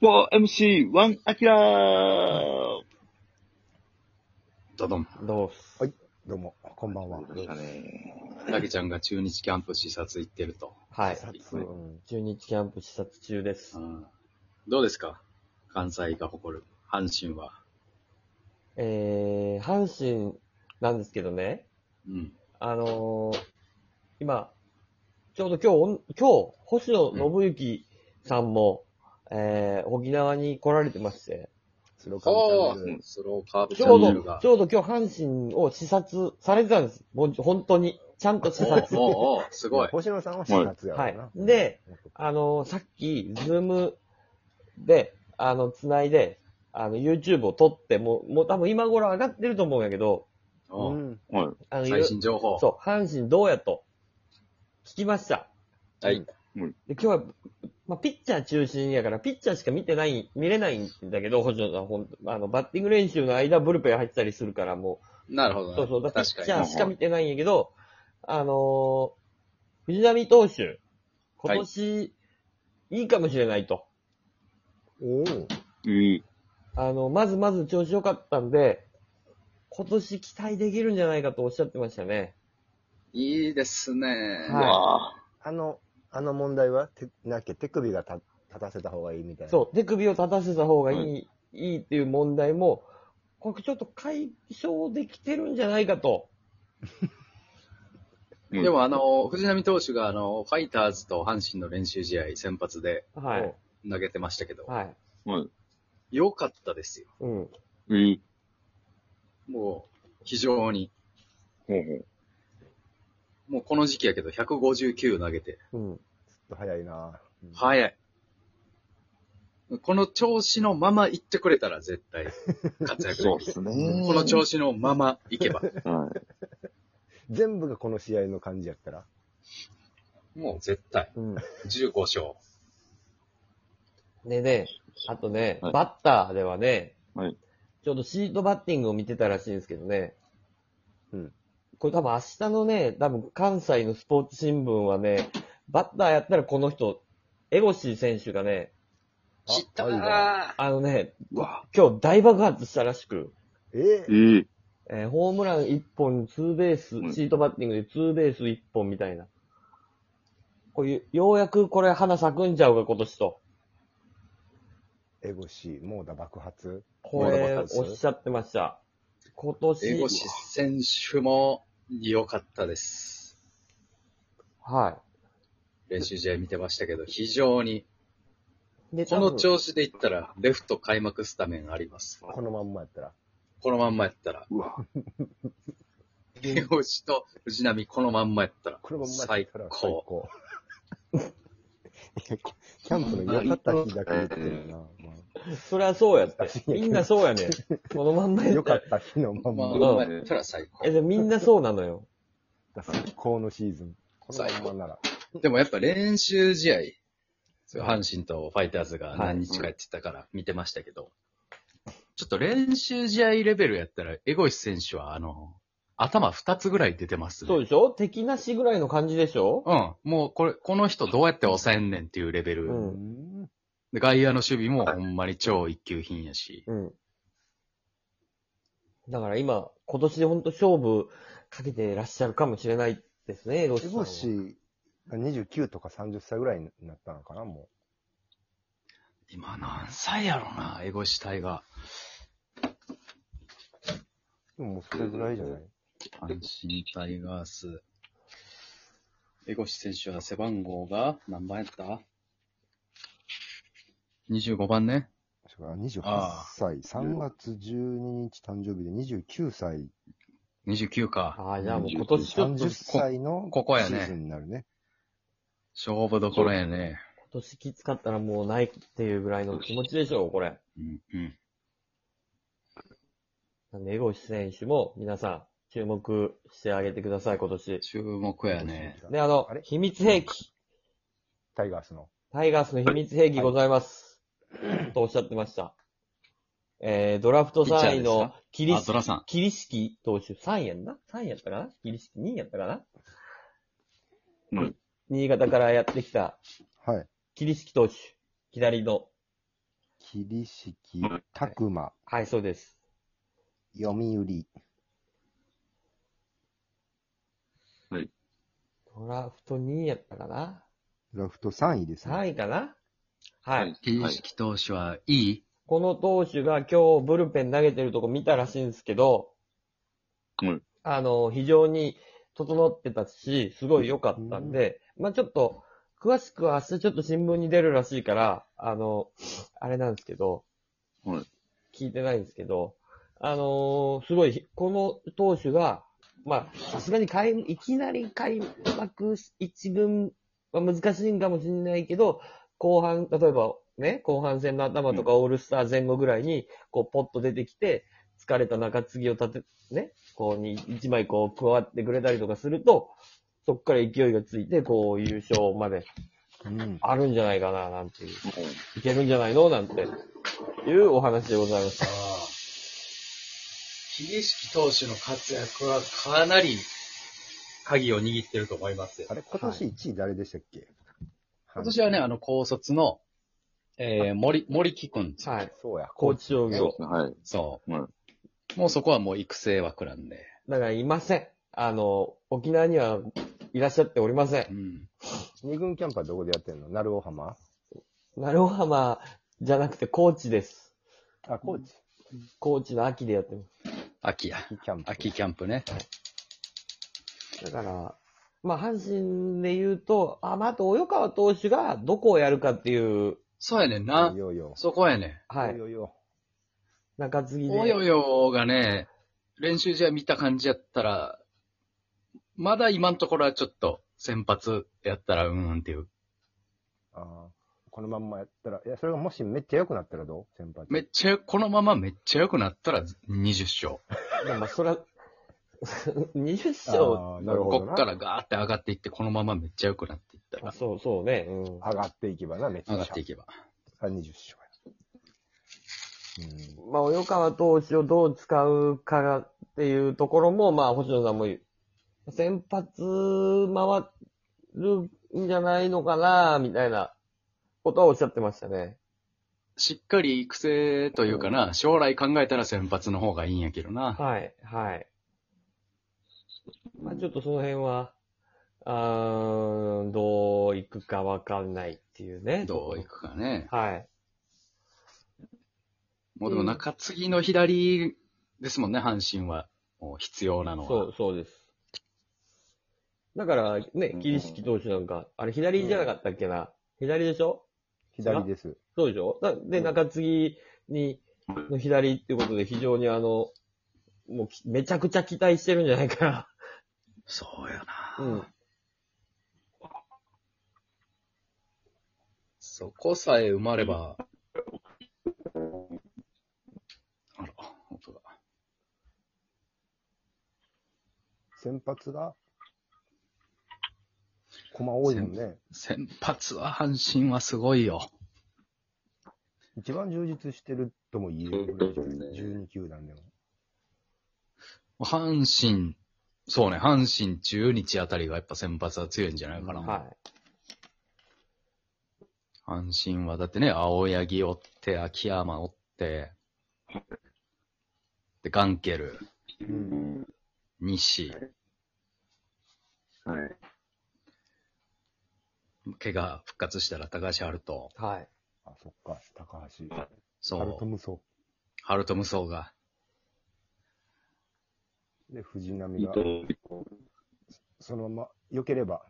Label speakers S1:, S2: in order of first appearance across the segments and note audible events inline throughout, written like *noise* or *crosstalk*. S1: 4MC1 アキラー
S2: どどん。
S3: どうっす。
S4: はいどうも、こんばんは。
S2: たけちゃんが中日キャンプ視察行ってると。
S3: はい。
S4: 撮影うん
S3: 中日キャンプ視察中です。
S2: どうですか関西が誇る阪神は。
S3: えー、阪神なんですけどね、
S2: うん。
S3: あのー、今、ちょうど今日おん、今日、星野信之さんも、えー、沖縄に来られてまして、
S4: スローカー
S2: お
S4: ブチャンネ
S2: ー
S4: ル。
S2: スローカーブ
S3: ち
S2: チ
S3: ょ
S2: ャ
S3: う
S2: ンネル
S3: ど、
S2: が
S3: ち。ょうど今日阪神を視察されてたんです。もう本当に。ちゃんと視
S2: おー
S3: 察。
S2: おーおーすごい。
S4: 星野さんは4月やろうな。
S3: はいで、あのー、さっき、ズームで、あの、つないで、あの、YouTube を撮って、もう、もう多分今頃上がってると思うんやけど、
S4: う
S2: おー
S4: ん。
S1: は
S3: あの、いろ
S2: 最新情報。
S3: そう、阪神どうやと、聞きました。
S2: はい。
S3: で、今日は、まあ、ピッチャー中心やから、ピッチャーしか見てない、見れないんだけど、星野さん、ほんあの、バッティング練習の間、ブルペン入ってたりするから、も
S2: なるほ
S3: う、
S2: ど。
S3: そうそう、だからピ
S2: 確
S3: ッチャ
S2: か
S3: ーしか見てないんやけど、あのー藤浪投手、今年、い、いかもしれないと。
S4: おー
S1: い。い
S3: あの、まずまず調子良かったんで、今年期待できるんじゃないかとおっしゃってましたね。
S2: に。いいですね。
S1: い。
S3: はい
S1: わ
S4: あの、あの問題は、てなんだっけ、手首がた立たせた方がいいみたいな。
S3: そう、手首を立たせた方がいい、、
S1: はい
S3: いっていう問題も、これちょっと解消できてるんじゃないかと。
S1: ー
S2: で、もあの、藤浪投手があの、ファイターズと阪神の練習試合先発で
S3: はい。
S2: 投げてましたけど、
S3: はい。
S1: はい。
S2: 良かったですよ。
S3: うん。
S1: いい。
S2: もう、非常に。
S1: ほうほう。
S2: もうこの時期やけど、159投げて、
S3: うん。
S4: 早いな。うん
S2: 早い。この調子のまま行ってくれたら絶対活 *laughs* 躍
S1: そう
S2: で
S1: で
S2: きる。
S1: すね。
S2: この調子のまま行け *laughs* ば、
S1: は
S4: 全部がこの試合の感じやったら。
S2: もう絶対。
S3: うん。
S2: 15勝。
S3: でね、あとね、
S1: はい
S3: バッターではね、
S1: はい
S3: ちょうどシートバッティングを見てたらしいんですけどね。
S4: うん。
S3: これ多分明日のね、多分関西のスポーツ新聞はね、バッターやったらこの人、エゴシー選手がね、
S4: あ
S2: 来た
S4: マジ
S2: ー
S3: あのね、
S1: い。わ
S3: 今日大爆発したらしく、
S4: え
S1: いい。
S3: えーホームラン1本、ツーベース、
S1: うん
S3: シートバッティングでツーベース1本みたいな。こういう、ようやくこれ花咲くんちゃうか、今年と。
S4: エゴシー、モーダ爆発。
S3: こ
S4: まだ
S3: れ、
S4: まだです
S3: おっしゃってました。今
S2: エゴ
S3: 年、
S2: シ選手も良かったです。
S3: は
S2: 練習試合見てましたけど、非常に、
S3: い。で、
S2: こ
S3: 多
S2: の
S3: 分
S2: 調子でいったら、レフト開幕スタメンあります。
S4: このまんまやったら。
S2: このまんまやったら、
S1: うわ
S2: エゴシと藤波このまんまやったら
S4: このまんまやったら
S2: 最高。。
S4: 最高 *laughs* キャンプの良かった日だけ言ってるな。ま
S3: そりゃそうやって。みんなそう *laughs* やねん。このまんま
S4: あ
S3: や
S4: 良
S3: ったら
S4: かった日のまん
S2: まあ、
S4: ま
S2: こ。のまんまやったら最高
S3: え、。でもみんなそうなのよ。
S4: 最高のシーズン。このまんまなら。
S2: でもやっぱ練習試合、阪神とファイターズが何日かやってたから見てましたけど、ちょっと練習試合レベルやったら、エゴイス選手は、あの、頭2つぐらい出てますね。
S3: そう
S2: う
S3: でしょ敵なしぐらいの感じでしょ
S2: ん。もうこれ、この人どうやって抑えんねんっていうレベル。
S3: うん
S4: うん
S2: で外野の守備もほんまに超一級品やし。
S3: うん。だから今、今年で本当勝負かけてらっしゃるかもしれないですね、ロ
S4: エ
S3: シさん
S4: ゴ
S3: は。
S4: シーが29とか30歳ぐらいになったのかな、も
S2: 今何歳やろな、エゴイス隊が。
S4: う。でももうそれぐらいじゃない
S2: 阪神タイガース。江越選手は背番号が何番やった ?25 番ね。
S4: それから28
S2: あ
S4: 歳、3月12日誕生日で29歳、
S2: 29か。
S3: ああ、じゃあもう今年ちょっと、
S4: 30
S3: 今
S4: 歳の
S2: ここやね
S4: シーズンになるね。
S2: 勝負どころやね。
S3: 年きつかったらもうないっていうぐらいの気持ちでしょう、これ。
S2: うん、うん。
S3: なんで、江越選手も皆さん注目してあげてください、今年。
S2: 注目やね。
S3: で、あの
S4: あれ、
S3: 秘密兵器、
S4: タイガースの。
S3: タイガースの秘密兵器ございます。とおっしゃってました。えー、ドラフト3位のキリ
S2: あ、
S3: シ
S2: ドラさん。
S3: キリシキ投手、3位やんな ?3 位やったかなキリシキ2位やったかな
S1: うん
S3: 新潟からやってきた、
S4: はい。
S3: キリシキ投手、左の、
S5: 桐敷拓馬、
S3: はい、そうです。
S5: 読売、
S3: ドラフト2位やったかな
S5: ドラフト3位ですね。
S3: ?3 位かなはい。
S2: 桐敷投手はいい
S3: この投手が今日ブルペン投げてるとこ見たらしいんですけど、
S1: はい
S3: あの、非常に整ってたし、すごい良かったんで、まあちょっと、詳しくは明日ちょっと新聞に出るらしいから、あの、あれなんですけど、
S1: はい
S3: 聞いてないんですけど、あのーすごい、この投手が、まあ、さすがに開いきなり開幕一軍は難しいんかもしれないけど、後半、例えばね、後半戦の頭とかオールスター前後ぐらいに、こう、ポッと出てきて、疲れた中継ぎを立て、ね、こうに、一枚こう、加わってくれたりとかすると、そっから勢いがついて、こう、優勝まで
S5: うん。
S3: あるんじゃないかな、なんていう。いけるんじゃないのなんて、いうお話でございました。
S2: 桐敷投手の活躍はかなり鍵を握ってると思いますよ
S5: あ。れ、今年1位誰でしたっけ、
S2: 今年はね、あの、高卒の、えー、森、森木くんですよ
S3: はい。
S5: そうや、
S3: 高知商
S1: そうで
S3: 業。
S1: すね、はい。
S2: そう、
S1: は
S2: もうそこはもう育成枠なんで。
S3: だからいません。あの、沖縄にはいらっしゃっておりませ。
S2: うんん。
S5: 二軍キャンパーどこでやってんの鳴尾浜
S3: 鳴尾浜じゃなくて高知です。
S5: あ、高知。
S3: 高知の秋でやってま
S2: 秋や。
S5: キャンプ。
S2: 秋キャンプね。
S3: す。だから、まあ、阪神で言うと、あ、まあ、あと、及川投手がどこをやるかっていう、
S2: そうやねん
S5: あ
S2: な。
S5: よよ。
S2: そこやね
S3: は
S5: よ
S3: い。
S5: よよ。
S3: 中継ぎ
S2: ん。
S3: で。
S2: およよがね、練習試合見た感じやったら、まだ今のところはちょっと先発やったらうーんっていう。
S5: あーこのまんまやったら、いや、それがもしめっちゃ良くなったらどう先発。
S2: めっちゃ、このままめっちゃ良くなったら20勝。
S3: でもまあ、 *laughs* そら、20勝。
S5: あーなるほ
S2: こ
S5: ど
S2: っか
S5: な。
S2: らガーって上がっていって、このままめっちゃ良くなっていった
S3: あ
S2: ら、
S3: そう、そうね。うん。
S5: 上がっていけばな、めっちゃ。
S2: 上がっていけば。
S5: あ20勝や。
S3: まあ、及川投手をどう使うかがっていうところも、まあ、星野さんも言う、先発回るんじゃないのかな、みたいなことはおっしゃってましたね。
S2: しっかり育成というかな、将来考えたら先発の方がいいんやけどな。
S3: はい、はい。まあ、ちょっとその辺は、あーどういくかわかんないっていうね。
S2: どういくかね。
S3: はい。
S2: もうでも中継ぎの左ですもんね、阪神は。もう必要なのは。
S3: そう、そうです。だから、ね、桐敷投手なんか、あれ左じゃなかったっけな。左でしょ
S5: 左です。
S3: そうでしょだで、中継ぎに、の左ってことで非常にあの、もうきめちゃくちゃ期待してるんじゃないか
S2: そうや
S3: な。
S2: な。
S3: うん。
S2: そこさえ埋まれば。あら、本当だ。
S5: 先発が、駒多いもんね。
S2: 先発は阪神はすごいよ。
S5: 一番充実してるとも言えるぐらいじ
S1: そ
S5: ゃない
S1: うですね
S5: 12球団でも。
S2: 阪神、そうね、阪神中日あたりがやっぱ先発は強いんじゃないかな。
S3: は
S2: 阪神はだってね、青柳おって、秋山おって、で、ガンケル、
S1: うん。
S2: 西、
S1: はい。
S2: 怪我復活したら高橋春人、
S3: い。はい。
S5: あ、そっか、高橋。
S2: そ
S5: ハルト
S2: う、
S5: ムソ。
S2: 春人無双が、
S5: で、藤浪
S1: 伊
S5: が、
S1: 藤、
S5: そのまま、良ければ、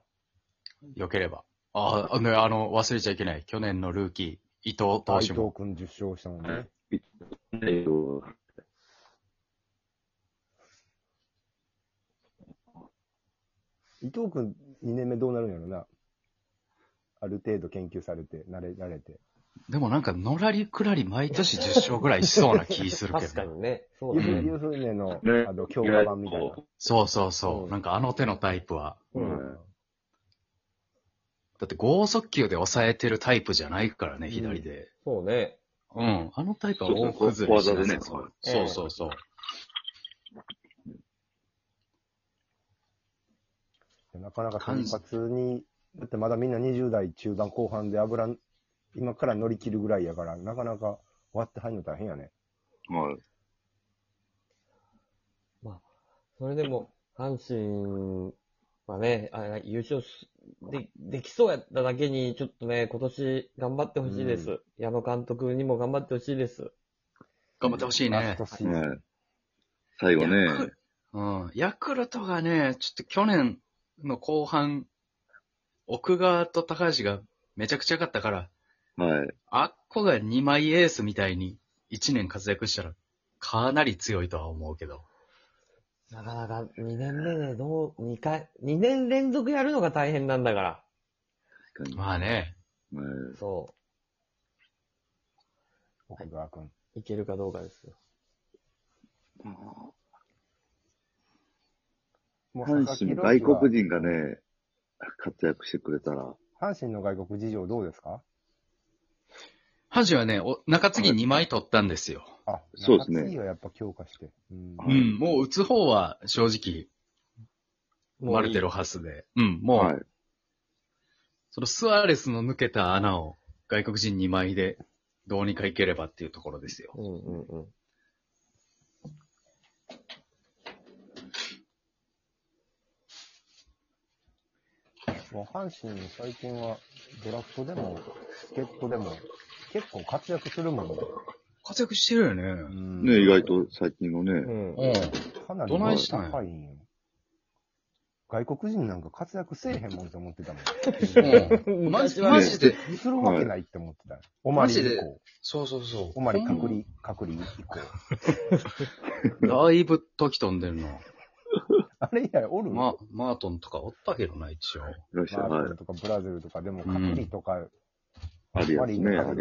S2: 良ければ。ああ、ね、あの、忘れちゃいけない。去年のルーキー、伊
S5: 伊
S2: 藤投
S5: 藤
S2: 手も。
S5: 君10勝したもん
S1: は
S5: ね
S1: い。えっと、
S5: 伊藤君2年目どうなるんやろな。ある程度研究されて、慣れられて。
S2: でもなんか、のらりくらり毎年10勝ぐらいしそうな気するけ
S3: *laughs* 確か
S2: ど。
S3: にね。そうだ
S5: ユフ
S3: ね。
S2: ん
S5: ユフネの
S1: ね、
S5: あの、強化版みたいな。
S2: そうそうそうう。
S5: ん
S2: なんかあの手のタイプは。
S1: う
S5: うん
S1: ん。
S2: だって、剛速球で抑えてるタイプじゃないからね、
S5: ん
S2: 左で。
S3: そうね。
S2: うん。あのタイプは大崩れしなさ
S1: 小技。
S2: そう
S3: でね
S2: そうそうそう。
S5: なかなか先発に、だってまだみんな20代中盤後半で油今から乗り切るぐらいやから、なかなか終わって入るの大変やね。
S1: はい。
S3: それでも、阪神はね、あれ優勝すでできそうやっただけに、ちょっとね、今年頑張ってほしいです。矢野監督にも頑張ってほしいです。
S2: 頑張ってほしい
S5: ラ
S2: ね
S5: スト。シーズン
S1: ね最後ね
S2: ヤ。クうん。ヤクルトがね、ちょっと去年の後半、奥川と高橋がめちゃくちゃ良かったから、
S1: はい。
S2: あっこが2枚エースみたいに1年活躍したら、かなり強いとは思うけど。
S3: なかなか2年目でどう、2回、2年連続やるのが大変なんだから。
S1: 確かに。
S2: まあね。
S1: はい
S3: そ
S5: 奥川君。
S3: う。いけるかどうかですよ。
S5: も
S1: 阪
S5: 佐
S1: 神、
S5: 々木朗希は
S1: 外国人がね、活躍してくれたら、
S5: 阪神の外国事情どうですか
S2: 阪神はね、お中継ぎ2枚取ったんですよ。
S5: あ、
S1: そうですね
S5: 中継ぎはやっぱ強化して。うん
S1: は
S2: う
S1: い
S2: ん。もう打つ方は正直、マルテロハスで。うん。もう、
S1: はい。
S2: そのスアレスの抜けた穴を外国人2枚でどうにかいければっていうところですよ。
S3: うんうんうん。
S5: もう阪神最近はドラフトでも、助っ人でも、結構活躍するもんね。
S2: 活躍してるよね。
S5: うん
S1: ね、意外と最近の
S3: う
S1: ね、
S3: ん。
S2: うん。
S5: かなり
S2: どないしたんや
S5: 高いんよ。外国人なんか活躍せえへんもんって思ってたもん。
S2: うん、マジマジで、
S5: するわけないって思ってたよ。おまり以降。
S2: そうそうそう。
S5: おまり隔離、隔離以降。
S2: だいぶ時飛んでるな。
S5: あれ以来おる
S2: ま、マートンとかおったけどな、一応。
S1: いらっしゃ
S5: マ
S1: い。
S5: ー
S1: はい
S5: ク。とかブラジルとか、でも隔離とか、
S1: ありやすね
S5: マリンの隔離